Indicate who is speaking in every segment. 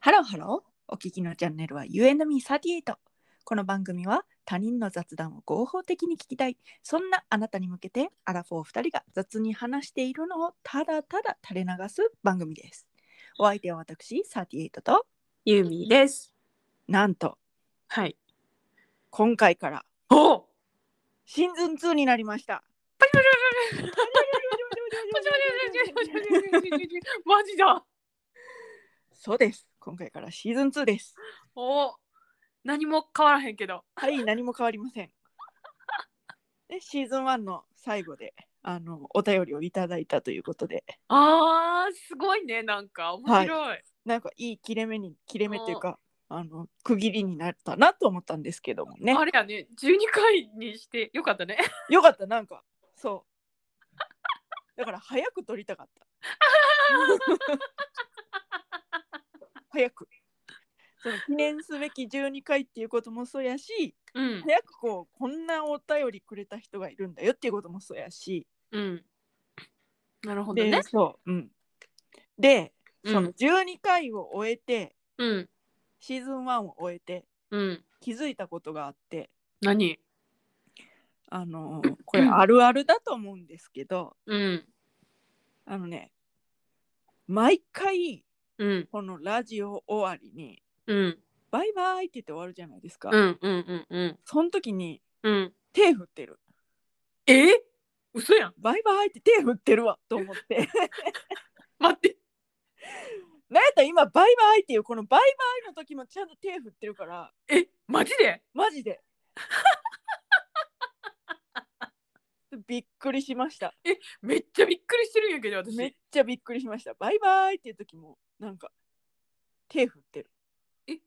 Speaker 1: ハローハローお聞きのチャンネルは You and me38 この番組は他人の雑談を合法的に聞きたいそんなあなたに向けてアラフォー2人が雑に話しているのをただただ垂れ流す番組ですお相手は私38と
Speaker 2: ユーミーです。
Speaker 1: なんと
Speaker 2: はい。
Speaker 1: 今回から
Speaker 2: おお。
Speaker 1: シーズン2になりました
Speaker 2: マジだ。
Speaker 1: そうです今回からシーズン2です
Speaker 2: おお。何も変わらへんけど。
Speaker 1: はい、何も変わりません。 で、シーズン1の最後で、あの、お便りをいただいたということで、
Speaker 2: あーすごいねなんか面白い。
Speaker 1: なんかいい切れ目に、切れ目というか、あの、区切りになったなと思ったんですけどもね。
Speaker 2: あれやね12回にしてよかったね。
Speaker 1: よかった、なんか、そう。だから、早く撮りたかった。 早く。その記念すべき12回っていうこともそうやし、
Speaker 2: うん
Speaker 1: 早くこう、こんなお便りくれた人がいるんだよっていうこともそうやし、
Speaker 2: うん。なるほど
Speaker 1: で、
Speaker 2: ね。
Speaker 1: そう、うん。で、
Speaker 2: うん
Speaker 1: その12回を終えて、
Speaker 2: うん
Speaker 1: シーズン1を終えて、
Speaker 2: うん。
Speaker 1: 気づいたことがあって、
Speaker 2: 何？
Speaker 1: あの ーこれあるあるだと思うんですけど、
Speaker 2: うん
Speaker 1: あのね、毎回、
Speaker 2: うん
Speaker 1: このラジオ終わりに、
Speaker 2: うん
Speaker 1: バイバイって言って終わるじゃないですか。
Speaker 2: うんうんうんうん
Speaker 1: その時に、
Speaker 2: うん。
Speaker 1: 手振ってる。
Speaker 2: え？嘘やん。
Speaker 1: バイバイって手振ってるわと思って。
Speaker 2: 待って。
Speaker 1: なんやったら今、バイバイっていう、このバイバイの時もちゃんと手振ってるから、
Speaker 2: えマジで？
Speaker 1: マジで。 びっくりしました。
Speaker 2: めっちゃびっくりしてるんやけど私。
Speaker 1: めっちゃびっくりしました。バイバイっていう時も、なんか、手振ってる。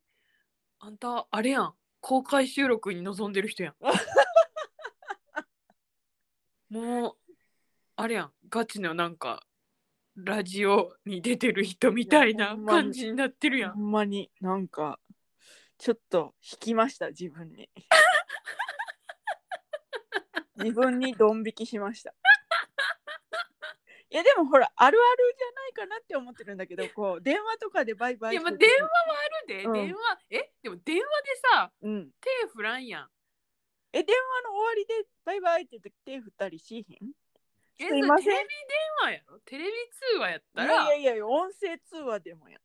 Speaker 2: あんたあれやん公開収録に臨んでる人 やんもうあれやんガチのなんかラジオに出てる人みたい
Speaker 1: いや
Speaker 2: な
Speaker 1: ほんまに
Speaker 2: 感じになってるや
Speaker 1: ほ
Speaker 2: ん
Speaker 1: んまになんか、ちょっと引きました、自分 に。自分にドン引きしました。いやでもほらあるあるじゃないかなって思ってるんだけどこう電話とかでバイバイ
Speaker 2: いやまあ
Speaker 1: してる
Speaker 2: 電話はあるで、
Speaker 1: うん
Speaker 2: 電話えでも電話でさ
Speaker 1: うん、
Speaker 2: 手振らんやん
Speaker 1: え電話の終わりでバイバイって言って手振ったりしへん
Speaker 2: え
Speaker 1: すいません
Speaker 2: それテレビ電話やろテレビ通話やった
Speaker 1: い
Speaker 2: ら
Speaker 1: やいやいや音声通話でもや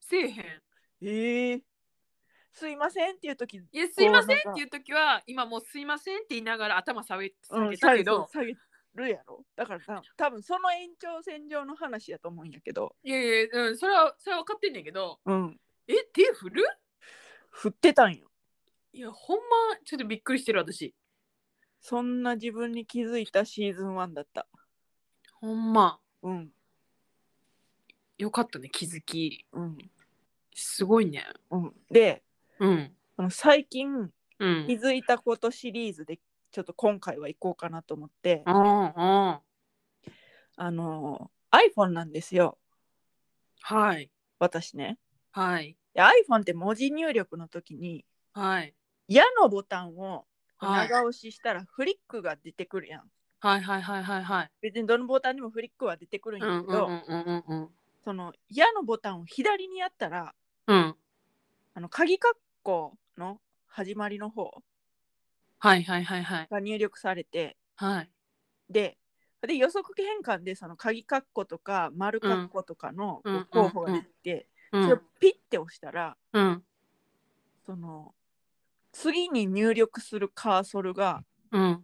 Speaker 2: せえへん
Speaker 1: ええすいませんっていう時
Speaker 2: いやすいませんっ
Speaker 1: こうなんか
Speaker 2: ていう時は今もうすいませんって言いながら頭下げ
Speaker 1: う
Speaker 2: 下
Speaker 1: ん
Speaker 2: げた
Speaker 1: 下
Speaker 2: け
Speaker 1: げ
Speaker 2: ど、
Speaker 1: 下げるやろだからな多分その延長線上の話やと思うんやけど
Speaker 2: いやいや、うん、それはそれは分かってんねんけど
Speaker 1: うん
Speaker 2: え手振る
Speaker 1: 振ってたんよ
Speaker 2: いや、ほんま、ちょっとびっくりしてる、私。
Speaker 1: そんな自分に気づいたシーズン1だった
Speaker 2: ほんま。
Speaker 1: うん
Speaker 2: よかったね、気づき。
Speaker 1: うん
Speaker 2: すごいね。
Speaker 1: うんで
Speaker 2: うん。
Speaker 1: あの最近
Speaker 2: う
Speaker 1: 気
Speaker 2: ん。
Speaker 1: づいたことシリーズでちょっと今回は行こうかなと思って
Speaker 2: うん。うん。
Speaker 1: あの iPhone なんですよ
Speaker 2: はい。
Speaker 1: 私ね
Speaker 2: はい。
Speaker 1: で iPhone って文字入力の時に
Speaker 2: はい。
Speaker 1: 矢のボタンを
Speaker 2: はい。
Speaker 1: 長押ししたらフリックが出てくるやん。
Speaker 2: はい。はい。はい。はい。はい。
Speaker 1: 別にどのボタンにもフリックは出てくるん
Speaker 2: うん。
Speaker 1: や
Speaker 2: うん。
Speaker 1: け
Speaker 2: う
Speaker 1: ど、
Speaker 2: ん。うん。うん。
Speaker 1: その矢のボタンを左にやったら
Speaker 2: うん。
Speaker 1: あの鍵括弧の始まりの方
Speaker 2: はい。はい。はい。はい。
Speaker 1: が入力されて
Speaker 2: はい。
Speaker 1: でで予測変換でその鍵括弧とか丸括弧とかの
Speaker 2: うん
Speaker 1: こう候補が出てて、
Speaker 2: う
Speaker 1: それを
Speaker 2: ん。
Speaker 1: ピッて押したら
Speaker 2: うん。
Speaker 1: その次に入力するカーソルが
Speaker 2: うん。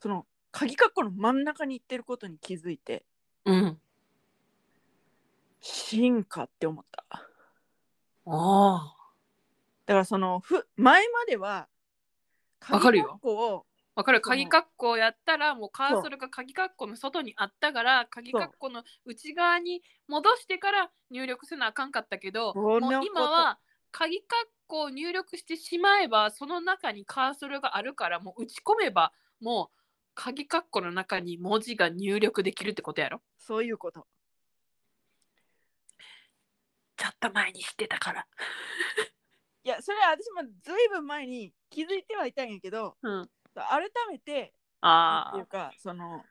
Speaker 1: その鍵括弧の真ん中に行ってることに気づいて。
Speaker 2: うん。
Speaker 1: 進化って思っただ
Speaker 2: ああ。
Speaker 1: からそのふ前までは
Speaker 2: わかるよ
Speaker 1: 鍵括弧を
Speaker 2: わかる。
Speaker 1: その
Speaker 2: 鍵括弧やったら、もうカーソルが鍵括弧の外にあったから、鍵括弧の内側に戻してから入力せなあかんかったけど、
Speaker 1: そ
Speaker 2: も
Speaker 1: んなこと
Speaker 2: う今は鍵括弧を入力してしまえば、その中にカーソルがあるから、もう打ち込めば、もう鍵括弧の中に文字が入力できるってことやろ。
Speaker 1: そういうこと
Speaker 2: ちょっと前に知ってたから。
Speaker 1: いやそれは私もずいぶん前に気づいてはいたんやけど
Speaker 2: うん。
Speaker 1: 改めてなんてい
Speaker 2: あ
Speaker 1: うかその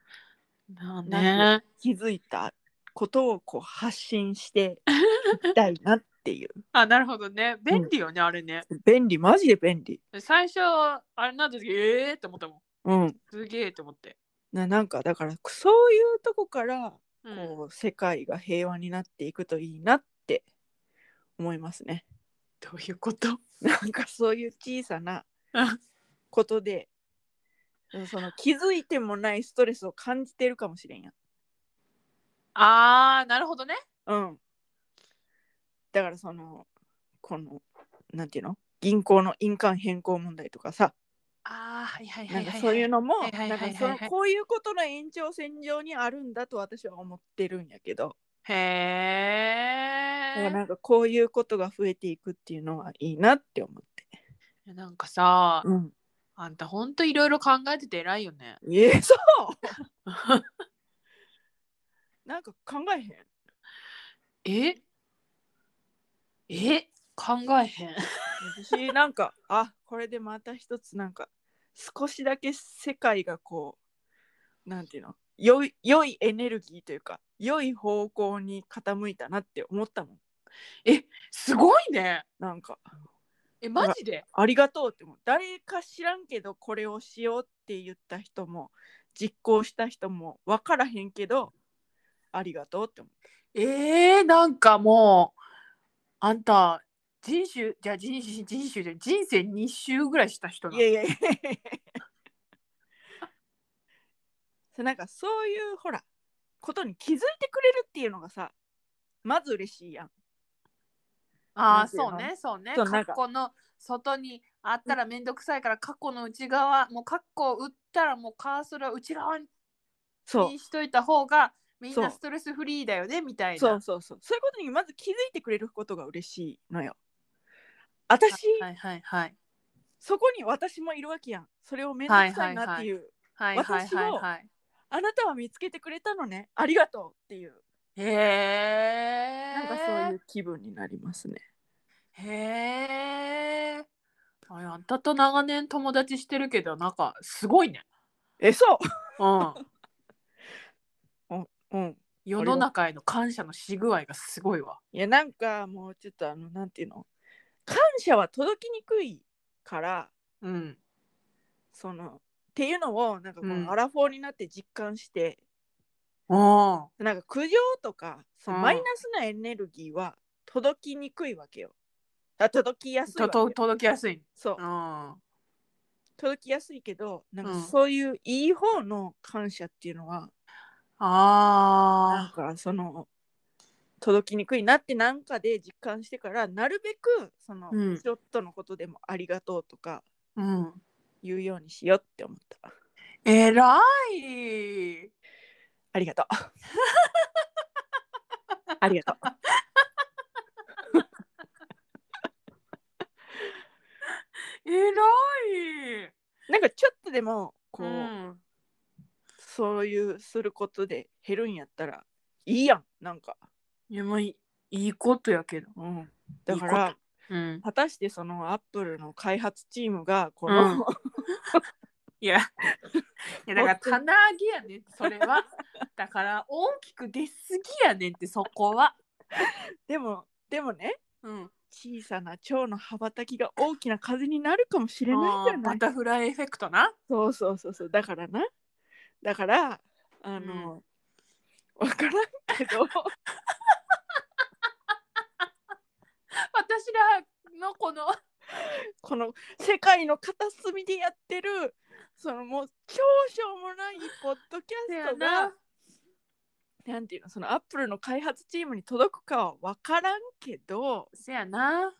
Speaker 2: あ。
Speaker 1: な
Speaker 2: ね。
Speaker 1: 気づいたことをこう発信してきたいなっていう。
Speaker 2: あ、なるほどね。便利よね、あれね。
Speaker 1: 便利、マジで便利。
Speaker 2: 最初、あれなんだ時、ええー、って思ったもん。
Speaker 1: うん。
Speaker 2: すげえって思って。
Speaker 1: ななんかだからそういうとこから
Speaker 2: うん
Speaker 1: こう世界が平和になっていくといいなって思いますね。
Speaker 2: どういうこと
Speaker 1: なんかそういう小さな
Speaker 2: うん
Speaker 1: ことでその気づいてもないストレスを感じてるかもしれんやん。
Speaker 2: あー、なるほどね。
Speaker 1: うん。だからそのこのなんていうの銀行の印鑑変更問題とかさ
Speaker 2: あー、はいはいは
Speaker 1: ないん
Speaker 2: は
Speaker 1: か
Speaker 2: い、はい。
Speaker 1: そういうのも
Speaker 2: はいはい
Speaker 1: な
Speaker 2: は
Speaker 1: ん
Speaker 2: いは
Speaker 1: か
Speaker 2: い
Speaker 1: そのこういうことの延長線上にあるんだと私は思ってるんやけど。
Speaker 2: へ
Speaker 1: だからな
Speaker 2: え。
Speaker 1: んかこういうことが増えていくっていうのはいいなって思って。
Speaker 2: なんかさ、
Speaker 1: うん、
Speaker 2: あんたほんといろいろ考えてて偉いよね。
Speaker 1: えそうなんか考えへん。
Speaker 2: ええ考えへん。
Speaker 1: 私なんかあこれでまた一つなんか少しだけ世界がこうなんていうの良い良いエネルギーというか良い方向に傾いたなって思ったもん。
Speaker 2: え、すごいね。
Speaker 1: なんか
Speaker 2: え、マジで
Speaker 1: ありがとうって思う誰か知らんけどこれをしようって言った人も実行した人も分からへんけどありがとうって思
Speaker 2: えー、なんかもう、あんた、人種、じゃあ人種、人種で人生2周ぐらいした人
Speaker 1: う
Speaker 2: ない
Speaker 1: やいやいや そうなんかそういうほらことに気づいてくれるっていうのがさまず嬉しいやん
Speaker 2: あ
Speaker 1: な
Speaker 2: あ、
Speaker 1: んていう
Speaker 2: そう
Speaker 1: の
Speaker 2: ね、そうね。
Speaker 1: そうなんか
Speaker 2: 過去の外にあったらめんどくさいから、過去の内側、もう過去を打ったらもうカーソルを内側に
Speaker 1: そう
Speaker 2: しといた方が、みん
Speaker 1: そう
Speaker 2: なストレスフリーだよね、みたいな。
Speaker 1: そうそうそうそういうことにまず気づいてくれることが嬉しいのよ私、
Speaker 2: はいはいはい。
Speaker 1: そこに私もいるわけやんそれを面倒くさいなっていう、
Speaker 2: はいはいはいはい。
Speaker 1: あなたは見つけてくれたのね。ありがとうっていう、
Speaker 2: へえ。
Speaker 1: なんかそういう気分になりますね。
Speaker 2: へえ。ああんたと長年友達してるけど、なんかすごいね。
Speaker 1: え、そ
Speaker 2: うん。
Speaker 1: う。うん。
Speaker 2: 世の中への感謝のし具合がすごいわ。
Speaker 1: いや、なんかもうちょっとあの、なんていうの。感謝は届きにくいから、
Speaker 2: うん。
Speaker 1: その、っていうのを、なんかこ
Speaker 2: うん
Speaker 1: のアラフォーになって実感して、
Speaker 2: うん。
Speaker 1: なんか苦情とか、その
Speaker 2: うん
Speaker 1: マイナスなエネルギーは届きにくいわけよ。あ届きやすい
Speaker 2: と
Speaker 1: わけよ
Speaker 2: と届きやすい。
Speaker 1: そう
Speaker 2: う。ん。
Speaker 1: 届きやすいけど、なん
Speaker 2: う
Speaker 1: か
Speaker 2: ん
Speaker 1: そういういい方の感謝っていうのは、なん
Speaker 2: ああ、
Speaker 1: かその届きにくいなってなんかで実感してからなるべくその、
Speaker 2: うん
Speaker 1: ちょっとのことでもありがとうとか
Speaker 2: うん。
Speaker 1: 言うようにしようって思った
Speaker 2: えらい。
Speaker 1: ありが とうありがとう
Speaker 2: えらい。
Speaker 1: なんかちょっとでもこ
Speaker 2: こ
Speaker 1: う、
Speaker 2: う。
Speaker 1: そういうすることで減るんやったらいいやんなんか、
Speaker 2: いや、まあ、いいいことやけど。
Speaker 1: うん、だから
Speaker 2: いいうん。
Speaker 1: 果たしてそのアップルの開発チームがこの、
Speaker 2: うんいや。い や、だから、棚上げやねんって、それ は。だから、大きく出すぎやねんって、そこは。
Speaker 1: でもでもね
Speaker 2: うん。
Speaker 1: 小さな蝶の羽ばたきが大きな風になるかもしれない
Speaker 2: あ
Speaker 1: じゃ
Speaker 2: ー
Speaker 1: な
Speaker 2: バ
Speaker 1: い
Speaker 2: タフライエフェクトな。
Speaker 1: そうそうそうそうだからなだからあの、わからんけど
Speaker 2: 私らのこの。
Speaker 1: この世界の片隅でやってるそのもう超しょうもないポッドキャストが
Speaker 2: な
Speaker 1: なんていうのそのアップルの開発チームに届くかはわからんけど
Speaker 2: せやな。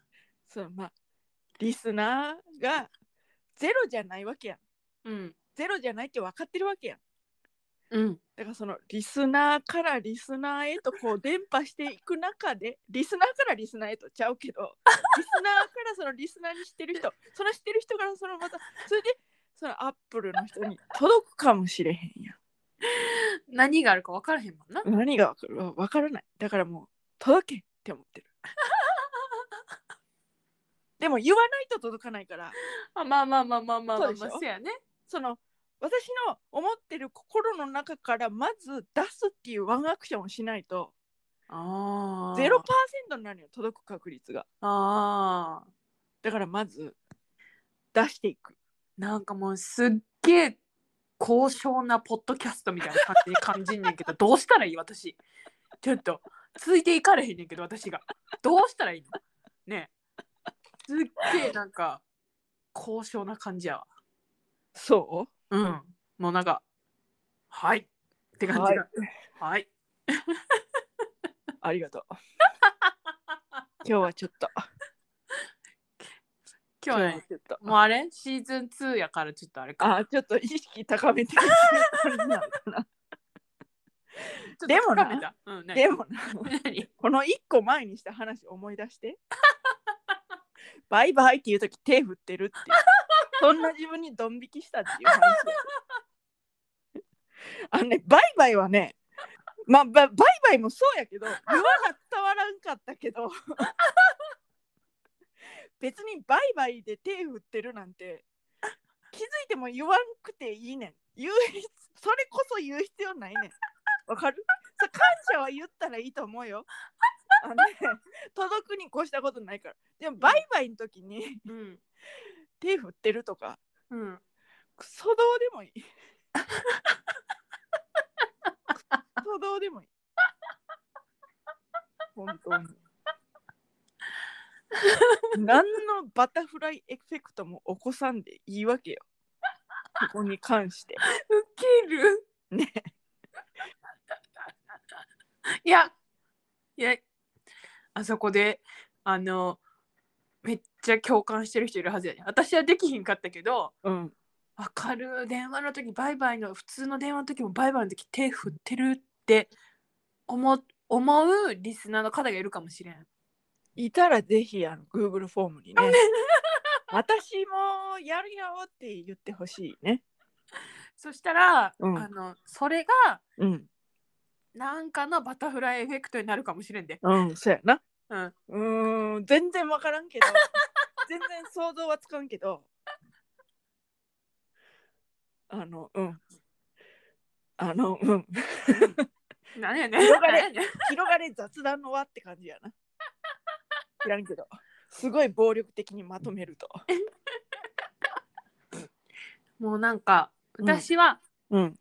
Speaker 1: そのまあリスナーがゼロじゃないわけやん
Speaker 2: うん。
Speaker 1: ゼロじゃないって分かってるわけやん
Speaker 2: うん。
Speaker 1: だからそのリスナーからリスナーへとこう伝播していく中でリスナーからリスナーへとちゃうけどリスナーからそのリスナーにしてる人その知ってる人からそのまたそれでそのアップルの人に届くかもしれへんや
Speaker 2: 何があるか分からへんもんな。
Speaker 1: ん何がわかるわからないだからもう届けって思ってるでも言わないと届かないから
Speaker 2: あまあまあまあまあまあまあ、
Speaker 1: そうで
Speaker 2: ま
Speaker 1: しょ
Speaker 2: あ、せやね。
Speaker 1: その私の思ってる心の中からまず出すっていうワンアクションをしないと
Speaker 2: あー
Speaker 1: 0%になるよ届く確率が
Speaker 2: あー
Speaker 1: だからまず出していく
Speaker 2: なんかもうすっげえ高尚なポッドキャストみたいな感じに感じんねんけ どどうしたらいい私ちょっとついていかれへんねんけど私がどうしたらいいのねえすっげえなんか高尚な感じやわ
Speaker 1: そ
Speaker 2: うんもうなんかはいって感じがは
Speaker 1: う
Speaker 2: い、
Speaker 1: ありがと う今日はちょっと
Speaker 2: 今日は
Speaker 1: 今
Speaker 2: ね
Speaker 1: ちょっと
Speaker 2: もうあれシーズン2やからちょっとあれか
Speaker 1: あちょっと意識高め て
Speaker 2: ちょっと
Speaker 1: でもな
Speaker 2: 深めたうん何
Speaker 1: でもな
Speaker 2: 何
Speaker 1: この一個前にした話思い出して バイバイっていう時手振ってるっていうそんな自分にドン引きしたっていう話 あのねバイバイはねまあババイバイもそうやけど言わな伝わらんかったけど 別にバイバイで手振ってるなんて気づいても言わんくていいねん言う必それこそ言う必要ないねんわかる そう感謝は言ったらいいと思うよ。あのね、 届くに越したことないから。でもバイバイの時に
Speaker 2: うん
Speaker 1: 手振ってるとか、
Speaker 2: うん
Speaker 1: クソどうでもいい。クソどうでもいい。本当に。何のバタフライエフェクトも起こさんでいいわけよ。ここに関して。
Speaker 2: ウケる
Speaker 1: ね。
Speaker 2: いや、いや、あそこで、あの、めっちゃ共感してる人いるはずやね。私はできひんかったけど、
Speaker 1: うん。
Speaker 2: わかる、電話の時バイバイの、普通の電話の時もバイバイの時手振ってるって思う思うリスナーの方がいるかもしれん。
Speaker 1: いたらぜひあの Google フォーム にね。私もやるよって言ってほしいね。
Speaker 2: そしたら、
Speaker 1: うん
Speaker 2: あのそれが
Speaker 1: うん。
Speaker 2: なんかのバタフライエフェクトになるかもしれんで。
Speaker 1: うん、そうやな。
Speaker 2: うん、
Speaker 1: うーん、全然わからんけ ど、全然想像はつかんけど、あの、うん。あの、うん。
Speaker 2: なんやねん。
Speaker 1: 広がれ
Speaker 2: なんやねん
Speaker 1: 広がれ雑談の輪って感じやな。知らんけど、すごい暴力的にまとめると。
Speaker 2: もうなん
Speaker 1: う
Speaker 2: か、
Speaker 1: ん
Speaker 2: 私は、
Speaker 1: うん。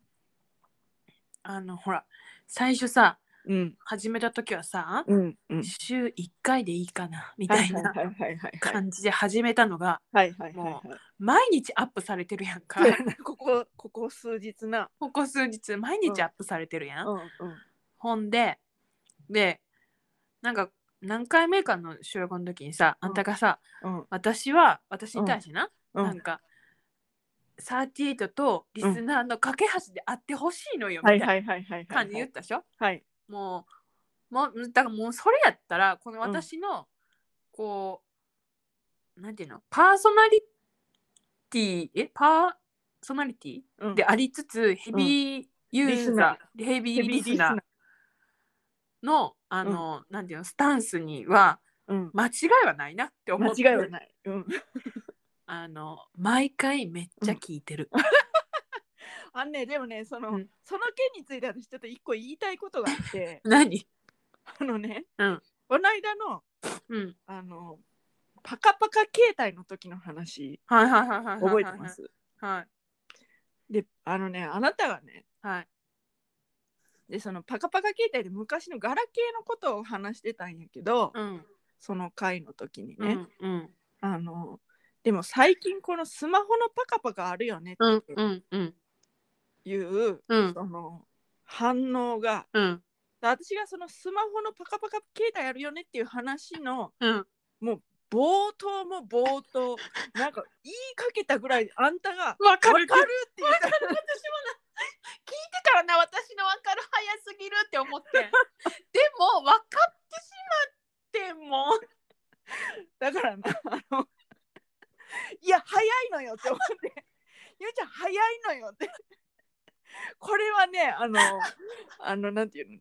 Speaker 2: あのほら最初さ
Speaker 1: うん。
Speaker 2: 始めた時はさ、
Speaker 1: うん。うん。
Speaker 2: 週1回でいいかなみ
Speaker 1: は
Speaker 2: た
Speaker 1: い
Speaker 2: い
Speaker 1: はい
Speaker 2: な
Speaker 1: はいはいはいはい。
Speaker 2: 感じで始めたのが
Speaker 1: はいはいはい
Speaker 2: も
Speaker 1: は
Speaker 2: う
Speaker 1: い。
Speaker 2: 毎日アップされてるやんか
Speaker 1: そうやな ここここ数日な。
Speaker 2: ここ数日毎日アップされてるやん、
Speaker 1: んうん。
Speaker 2: ほんででなんか何回目かの収録の時にさあんたがさ、
Speaker 1: うん
Speaker 2: 私は私に対してな、
Speaker 1: う
Speaker 2: なん
Speaker 1: ん。
Speaker 2: か38とリスナーの架け橋であってほしいのよ
Speaker 1: は
Speaker 2: みた
Speaker 1: い
Speaker 2: いな
Speaker 1: はいはいはいは
Speaker 2: 感じ
Speaker 1: いは
Speaker 2: 言っ
Speaker 1: い。
Speaker 2: たでしょ、
Speaker 1: はい。
Speaker 2: もう、もう、だからもうそれやったら、この私の、こう、なんていうの、パーソナリティ、え、パーソナリティ
Speaker 1: うん
Speaker 2: でありつつ、ヘビーユ
Speaker 1: リス
Speaker 2: ー
Speaker 1: ナ
Speaker 2: ザー、ヘビ
Speaker 1: ヘ
Speaker 2: ー
Speaker 1: ビ
Speaker 2: リ
Speaker 1: ー
Speaker 2: スナーの、あの、なんていうの、スタンスには、
Speaker 1: うん。
Speaker 2: 間違いはないなって思
Speaker 1: 間
Speaker 2: って、
Speaker 1: 違いは ない。うん。
Speaker 2: あの、毎回めっちゃ聞いてる。
Speaker 1: あんねでもねその、
Speaker 2: うん
Speaker 1: その件について私ちょっと一個言いたいことがあって
Speaker 2: 何
Speaker 1: あのね、
Speaker 2: うん
Speaker 1: この間の
Speaker 2: うん。
Speaker 1: あのパカパカ携帯の時の話
Speaker 2: はいはいはいはいはいはい。
Speaker 1: 覚えてます
Speaker 2: はい。
Speaker 1: であのねあなたがね
Speaker 2: はい。
Speaker 1: でそのパカパカ携帯で昔のガラケーのことを話してたんやけど、
Speaker 2: うん。
Speaker 1: その回の時にね、
Speaker 2: うん。うん。
Speaker 1: あのでも最近このスマホのパカパカあるよね
Speaker 2: うん
Speaker 1: っ。
Speaker 2: うん。うん。
Speaker 1: ていう、
Speaker 2: うん。
Speaker 1: その反応が
Speaker 2: うん。
Speaker 1: 私がそのスマホのパカパカ携帯あるよねっていう話の
Speaker 2: うん。
Speaker 1: 冒頭も冒頭なんか言いかけたぐらいあんたが「
Speaker 2: わ
Speaker 1: わか
Speaker 2: か
Speaker 1: る!」
Speaker 2: る。
Speaker 1: っ
Speaker 2: 聞いて
Speaker 1: て言った
Speaker 2: からな、私のわかる早すぎるって思って。でも、わかってしまっても。
Speaker 1: だからなあのいや早いのよって思って「ゆうちゃん早いのよ」ってこれはねあのあのなんていうの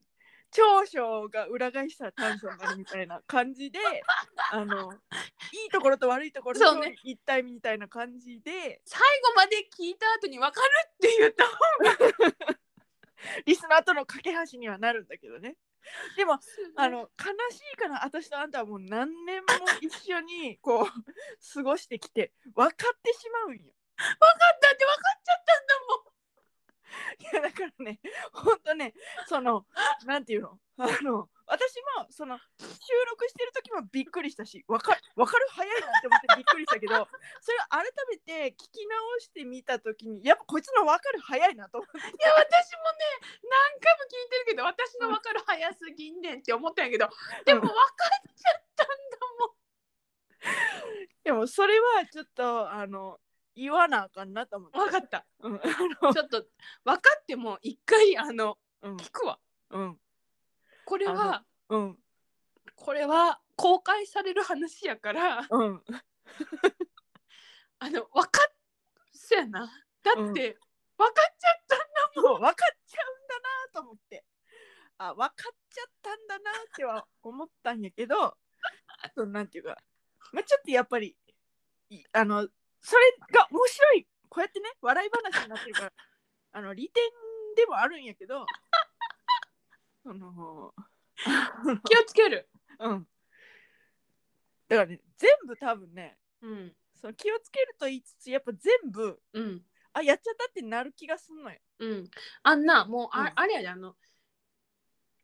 Speaker 1: 長所が裏返した短所になるみたいな感じであのいいところと悪いところ
Speaker 2: そう
Speaker 1: の
Speaker 2: ね
Speaker 1: 一体みたいな感じで、
Speaker 2: 最後まで聞いた後に、わかるって言った。
Speaker 1: リスナーとの架け橋にはなるんだけどねでもあの悲しいから私とあんたはもう何年も一緒にこう過ごしてきて分かってしまうんよ。
Speaker 2: だって分かっちゃったんだも
Speaker 1: いやだから
Speaker 2: ん
Speaker 1: ねほんとねそのなんていうのあの私もその収録してる時もびっくりしたし分か分かる早いなって思ってびっくりしたけどそれを改めて聞き直してみた時にやっぱこいつの分かる早いなと思って
Speaker 2: いや私もね何回も聞いてるけど私の分かる早すぎんねんって思ったんやけどでも分かっちゃったんだも
Speaker 1: で
Speaker 2: ん
Speaker 1: もそれはちょっとあの言わなあかんなと思って。
Speaker 2: 分かった
Speaker 1: うん
Speaker 2: ちょっと分かっても一回あの
Speaker 1: うん
Speaker 2: 聞くわ
Speaker 1: うん
Speaker 2: これ
Speaker 1: あ
Speaker 2: は
Speaker 1: うん
Speaker 2: これは公開される話やから
Speaker 1: うん
Speaker 2: あの分かっそうやなだっ
Speaker 1: う
Speaker 2: て、
Speaker 1: ん
Speaker 2: 分かっちゃっ
Speaker 1: そ
Speaker 2: た
Speaker 1: う分かっちゃうんだなと思ってあ分かっちゃったんだなっては思ったんやけどそのなんていうか、まあ、ちょっとやっぱりいあのそれが面白いこうやってね笑い話になってるからあの利点でもあるんやけどその
Speaker 2: 気をつける
Speaker 1: うんだからね全部多分ね
Speaker 2: うん
Speaker 1: その気をつけると言いつつやっぱ全部
Speaker 2: うん
Speaker 1: あやっちゃったってなる気がすんのよ。
Speaker 2: うんあんなもうあ,、
Speaker 1: うん
Speaker 2: あれやであの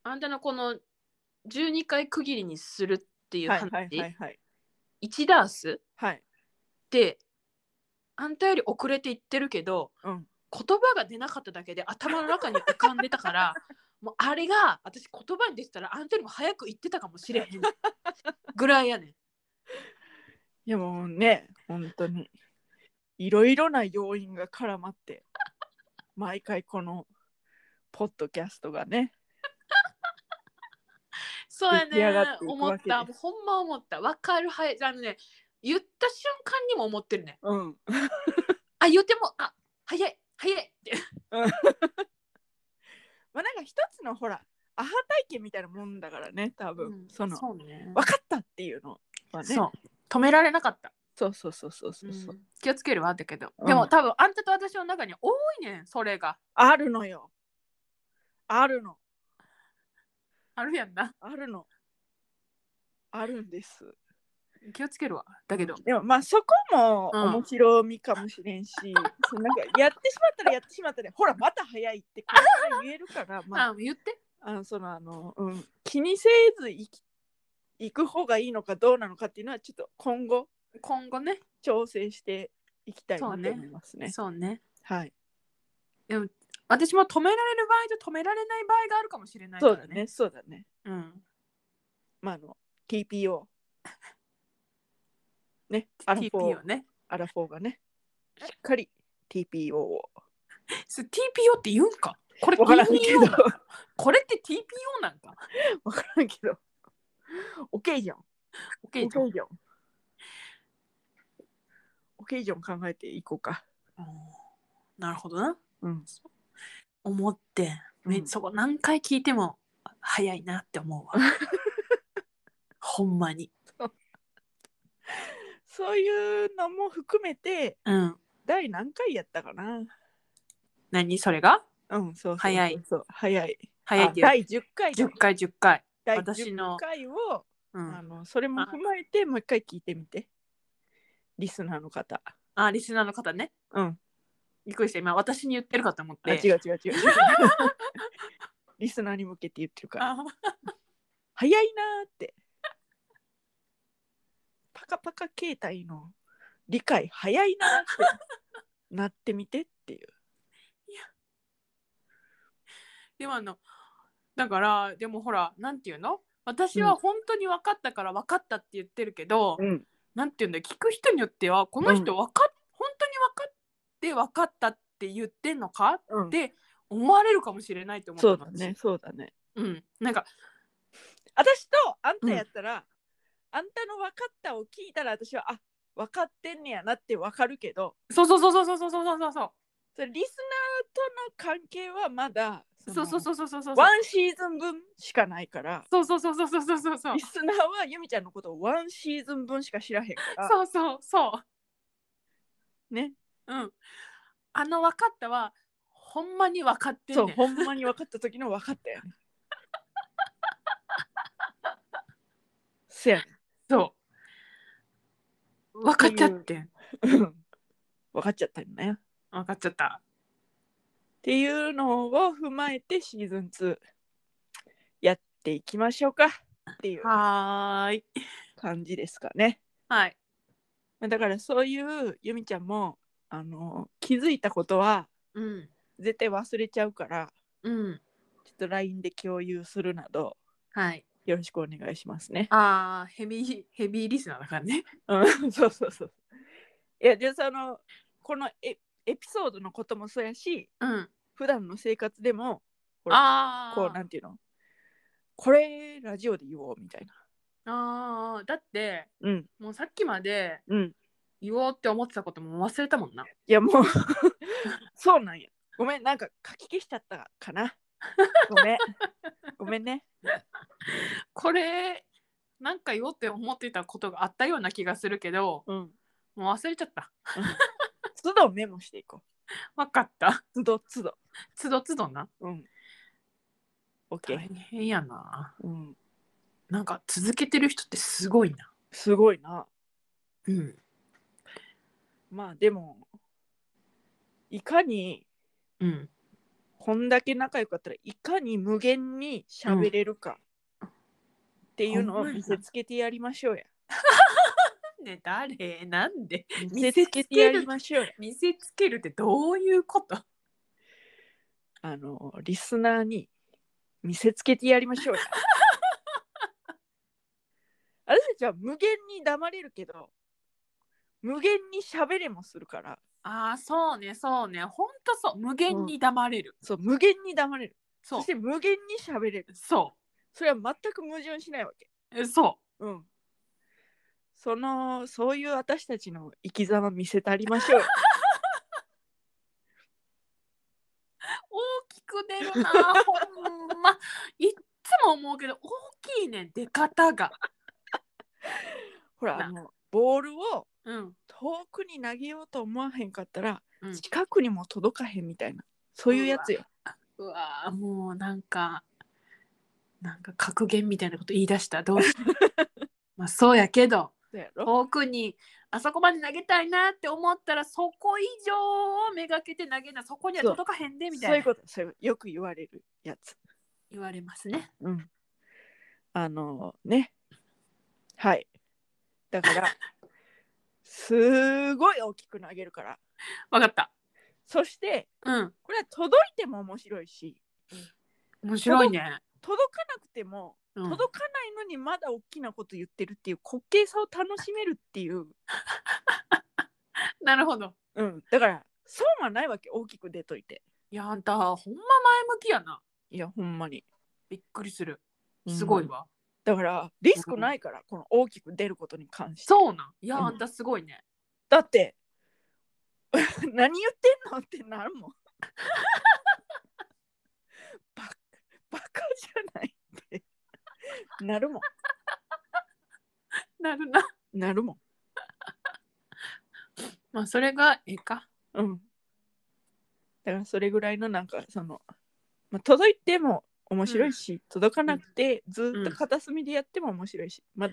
Speaker 2: あんたのこの12回区切りにするっていう
Speaker 1: はい
Speaker 2: 話、
Speaker 1: はいはいはい。
Speaker 2: 1ダース
Speaker 1: はい、
Speaker 2: ってあんたより遅れていってるけど
Speaker 1: うん
Speaker 2: 言葉が出なかっただけで頭の中に浮かんでたから もうあれが私言葉に出てたらあんたよりも早く言ってたかもしれへんぐらいやねん。
Speaker 1: いやもうね、本当に。いろいろな要因が絡ま って、毎回このポッドキャストがね。
Speaker 2: そうや
Speaker 1: 出来上が
Speaker 2: ね
Speaker 1: っていく
Speaker 2: 思っ
Speaker 1: わけ
Speaker 2: た
Speaker 1: で
Speaker 2: もうほんま思った分かる早いあのね言った瞬間にも思ってるね
Speaker 1: うん。
Speaker 2: あ言ってもあ早い早いって
Speaker 1: まあなんか一つのほら、アハ体験みたいなもんだからね、多分。その、
Speaker 2: そうね
Speaker 1: 分かったっていうのはね。
Speaker 2: そう止められなかった
Speaker 1: そうそうそうそうそうそう、
Speaker 2: うん気をつけるわだけど、
Speaker 1: うん
Speaker 2: でも多分あんたと私の中に多いねんそれが
Speaker 1: あるのよ。あるの。
Speaker 2: あるやんな
Speaker 1: あるの。あるんです。
Speaker 2: 気をつけるわだけど
Speaker 1: でもまあそこも
Speaker 2: うん
Speaker 1: 面白みかもしれん し、そうなんかやってしまったらやってしまったで、ほらまた早いってこうやって言える から、まあ、
Speaker 2: あ言って
Speaker 1: あのそのあの、うん、気にせず行き行く方がいいのかどうなのかっていうのはちょっと今後
Speaker 2: 今後ね
Speaker 1: 調整していきたいなと
Speaker 2: そうね
Speaker 1: 思いますね。
Speaker 2: そうね
Speaker 1: はい。
Speaker 2: 私も止められる場合と止められない場合があるかもしれないか
Speaker 1: そ
Speaker 2: ら
Speaker 1: うだね、そうだね。
Speaker 2: うん
Speaker 1: まああの TPO。ね、アラフォ
Speaker 2: TPO
Speaker 1: ー、
Speaker 2: ね
Speaker 1: アラフォーがね、しっかり TPO を。
Speaker 2: それ TPO って言うんかこれ
Speaker 1: わからんけ
Speaker 2: TPO
Speaker 1: ど
Speaker 2: な。のこれって TPO なんか
Speaker 1: わからんけど。オケイジョン。
Speaker 2: オッ
Speaker 1: オ
Speaker 2: ケーじゃん
Speaker 1: ジョン。オケイジョン考えていこうか。
Speaker 2: うんなるほどな
Speaker 1: うん。
Speaker 2: 思って、ね
Speaker 1: うん
Speaker 2: そこ何回聞いても早いなって思うわ ほんまに
Speaker 1: そういうのも含めて、
Speaker 2: うん
Speaker 1: 第何回やったかな。
Speaker 2: 何それが
Speaker 1: うん、そうそうそう
Speaker 2: 早い。
Speaker 1: そう早い。
Speaker 2: 早いって
Speaker 1: あ第10回だ
Speaker 2: 10回10回
Speaker 1: 第
Speaker 2: 私の
Speaker 1: 10回を、
Speaker 2: うん
Speaker 1: あのそれも踏まえて、もう一回聞いてみて。リスナーの方。
Speaker 2: あリスナーの方ね
Speaker 1: うん。
Speaker 2: びっくりした今私に言ってるかと思っ
Speaker 1: あ、
Speaker 2: て
Speaker 1: 違う違う 違う。リスナーに向けて言ってるから。
Speaker 2: あ
Speaker 1: 早いなーって。パカパカ携帯の理解早いなーってなってみてっていう。
Speaker 2: でもあのだからでもほらなんていうの私は本当に分かったから分かったって言ってるけど、
Speaker 1: ん、
Speaker 2: なんていうんだ聞く人によってはこの人分かっ、本当に分かって分かったって言ってんのかっ
Speaker 1: うん、
Speaker 2: て思われるかもしれないと思った
Speaker 1: そ
Speaker 2: の
Speaker 1: うだね、そうだね。
Speaker 2: 私うん、なんか
Speaker 1: 私とあんたやったら、あんたの分かったを聞いたら私はあ分かってんねやなって分かるけど、
Speaker 2: そうそうそうそうそうそうそうそうそ
Speaker 1: それリスナーとの関係はまだ
Speaker 2: うそうそう
Speaker 1: う
Speaker 2: そうそうそうそう
Speaker 1: ワンシーズン分しかないから。
Speaker 2: そうそうそうそうそうそうそうそう
Speaker 1: リスナーはゆみちゃんのことをワンシーズン分しか知らへんから
Speaker 2: そうそうそ
Speaker 1: ね
Speaker 2: ううんあの分かったはほんまに分かってん
Speaker 1: そう
Speaker 2: ねん
Speaker 1: ほんまに分かった時の分かったよね せやね
Speaker 2: そう分かっちゃってん
Speaker 1: うん 分かっちゃったよね。っ
Speaker 2: 分かっちゃった
Speaker 1: ていうのを踏まえてシーズン2やっていきましょうかっていう
Speaker 2: はーい
Speaker 1: 感じですかね。
Speaker 2: はい
Speaker 1: まあだからそういうゆみちゃんもあの気づいたことは
Speaker 2: うん
Speaker 1: 絶対忘れちゃうから
Speaker 2: うん
Speaker 1: ちょっと LINE で共有するなど
Speaker 2: はい
Speaker 1: よろしくお願いしますね。
Speaker 2: あーヘビーヘビーリスナーだからね
Speaker 1: うん、 そうそうそう。いやでそのこのエエピソードのこともそうやし
Speaker 2: うん
Speaker 1: 普段の生活でもほ
Speaker 2: ああ
Speaker 1: こうなんていうのこれラジオで言おうみたいな。
Speaker 2: あーだって
Speaker 1: うん
Speaker 2: もうさっきまで
Speaker 1: うん。
Speaker 2: 言おうって思ってたことも忘れたもんない
Speaker 1: やもう そうなんや。ごめんなんか書き消しちゃったかな。ごめん。ごめんね。
Speaker 2: これなんか言おうって思ってたことがあったような気がするけど
Speaker 1: うん。
Speaker 2: もう忘れちゃった
Speaker 1: 都度メモしていこ
Speaker 2: 分かった
Speaker 1: う。都度都度。
Speaker 2: つどつどな
Speaker 1: うん。
Speaker 2: 大
Speaker 1: OK。
Speaker 2: 変やな
Speaker 1: うん。
Speaker 2: なんか続けてる人ってすごいな
Speaker 1: すごいな。
Speaker 2: うん
Speaker 1: まあでもいかに
Speaker 2: うん
Speaker 1: こんだけ仲良かったらいかに無限に喋れるかっていうのを見せつけてやりましょうや。
Speaker 2: ね誰なんで
Speaker 1: 見せつけてやりましょうや。
Speaker 2: 見せつけるってどういうこと
Speaker 1: あのリスナーに見せつけてやりましょう や。私たちは無限に黙れるけど無限に喋れもするから
Speaker 2: ああそうねそうねほんとそう無限に黙れる、
Speaker 1: そう無限に黙れる
Speaker 2: そ
Speaker 1: そうして無限に喋れる
Speaker 2: そ
Speaker 1: それは全く矛盾しないわけ。
Speaker 2: うえそ
Speaker 1: うん。そのそういう私たちの生き様見せてありましょ うよ。
Speaker 2: う大きく出るな ほんまいっつも思うけど大きいねん出方が
Speaker 1: ほら
Speaker 2: な
Speaker 1: あのボールを
Speaker 2: うん、
Speaker 1: 遠くに投げようと思わへんかったら、
Speaker 2: うん、
Speaker 1: 近くにも届かへんみたいなそういうやつよ。
Speaker 2: うわーもうなんかなんか格言みたいなこと言い出したどうしよう まあそうやけど
Speaker 1: そうやろ
Speaker 2: 遠くにあそこまで投げたいなって思ったらそこ以上をめがけて投げなそこには届かへんでみた
Speaker 1: そ
Speaker 2: い
Speaker 1: う
Speaker 2: な
Speaker 1: いうことそういうよく言われるやつ。
Speaker 2: 言われますね。
Speaker 1: うん。あのね。はい。だからすごい大きく投げるから。
Speaker 2: わかった。
Speaker 1: そして
Speaker 2: うん。
Speaker 1: これは届いても面白いし
Speaker 2: 面白いね。
Speaker 1: 届かなくても
Speaker 2: うん
Speaker 1: 届かないのにまだ大きなこと言ってるっていう滑稽さを楽しめるっていう、
Speaker 2: なるほど。
Speaker 1: うん、だからそうはないわけ大きく出といて
Speaker 2: いやあんたほんま前向きやな。
Speaker 1: いやほんまに
Speaker 2: びっくりする。すごいわ。
Speaker 1: だからリスクないから、この大きく出ることに関して
Speaker 2: そうなん。いや
Speaker 1: うん
Speaker 2: あんたすごいね。
Speaker 1: だって 何言ってんのってなるもん バカバカじゃないってなるも
Speaker 2: なるな。
Speaker 1: んなるもん
Speaker 2: まあそれがええか。
Speaker 1: うん。だからそれぐらいのなんかその、まあ、届いても面白いし、届かなくてずーっと片隅でやっても面白いし、ま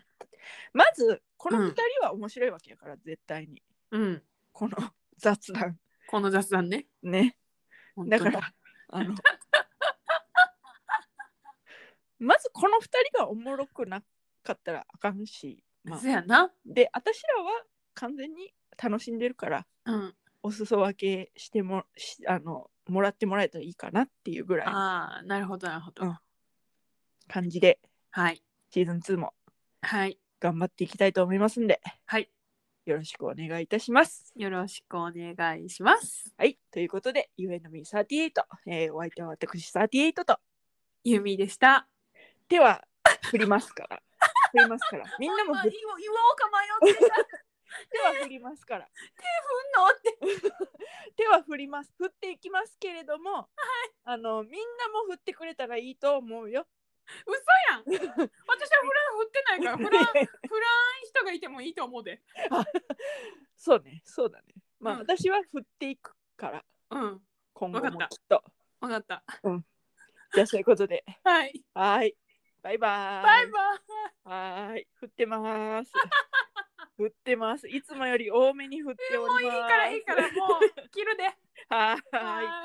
Speaker 1: まずこの
Speaker 2: うん
Speaker 1: 2人は面白いわけやから、絶対に
Speaker 2: うん。
Speaker 1: この 雑談
Speaker 2: この雑談ね。
Speaker 1: ね
Speaker 2: 本当
Speaker 1: だ
Speaker 2: に
Speaker 1: からあ のまずこの2人がおもろくなかったらあかんし、まあ
Speaker 2: そ、やな。
Speaker 1: で私らは完全に楽しんでるから
Speaker 2: うん。
Speaker 1: お裾分けしてもしあのもらってもらえたらいいかなっていうぐらいの
Speaker 2: ああ、なるほど、なるほど。
Speaker 1: うん感じで
Speaker 2: はい。
Speaker 1: シーズン2も
Speaker 2: はい。
Speaker 1: 頑張っていきたいと思いますんで
Speaker 2: はい。
Speaker 1: よろしくお願いいたします。
Speaker 2: よろしくお願いします。
Speaker 1: はいということで UNME38、えー、お相手は私38と
Speaker 2: ゆみでした。
Speaker 1: 手は振ります から振りますからみんなも
Speaker 2: まあ
Speaker 1: 振
Speaker 2: 言
Speaker 1: っ
Speaker 2: お言おうか迷ってた。
Speaker 1: 手は振りますから
Speaker 2: 振んのって。
Speaker 1: 手は振ります振っていきますけれども、あのみんなも振ってくれたらいいと思うよ。
Speaker 2: 嘘 やん。私はフラン振ってない から、フラン、フラン人がいてもいいと思うで。
Speaker 1: そうねそうだね。まあ、
Speaker 2: うん
Speaker 1: 私は振っていくから
Speaker 2: うん。
Speaker 1: 今後も
Speaker 2: わ
Speaker 1: き
Speaker 2: かった
Speaker 1: っと。
Speaker 2: わかった。
Speaker 1: じゃあそういうことで。
Speaker 2: はい。
Speaker 1: はーい。バイバーイ。
Speaker 2: バイバイ。
Speaker 1: はーい。振っって ます。振ってます。いつもより多めに振っております。
Speaker 2: いいからいいからもう切るで。
Speaker 1: はーい。
Speaker 2: はーい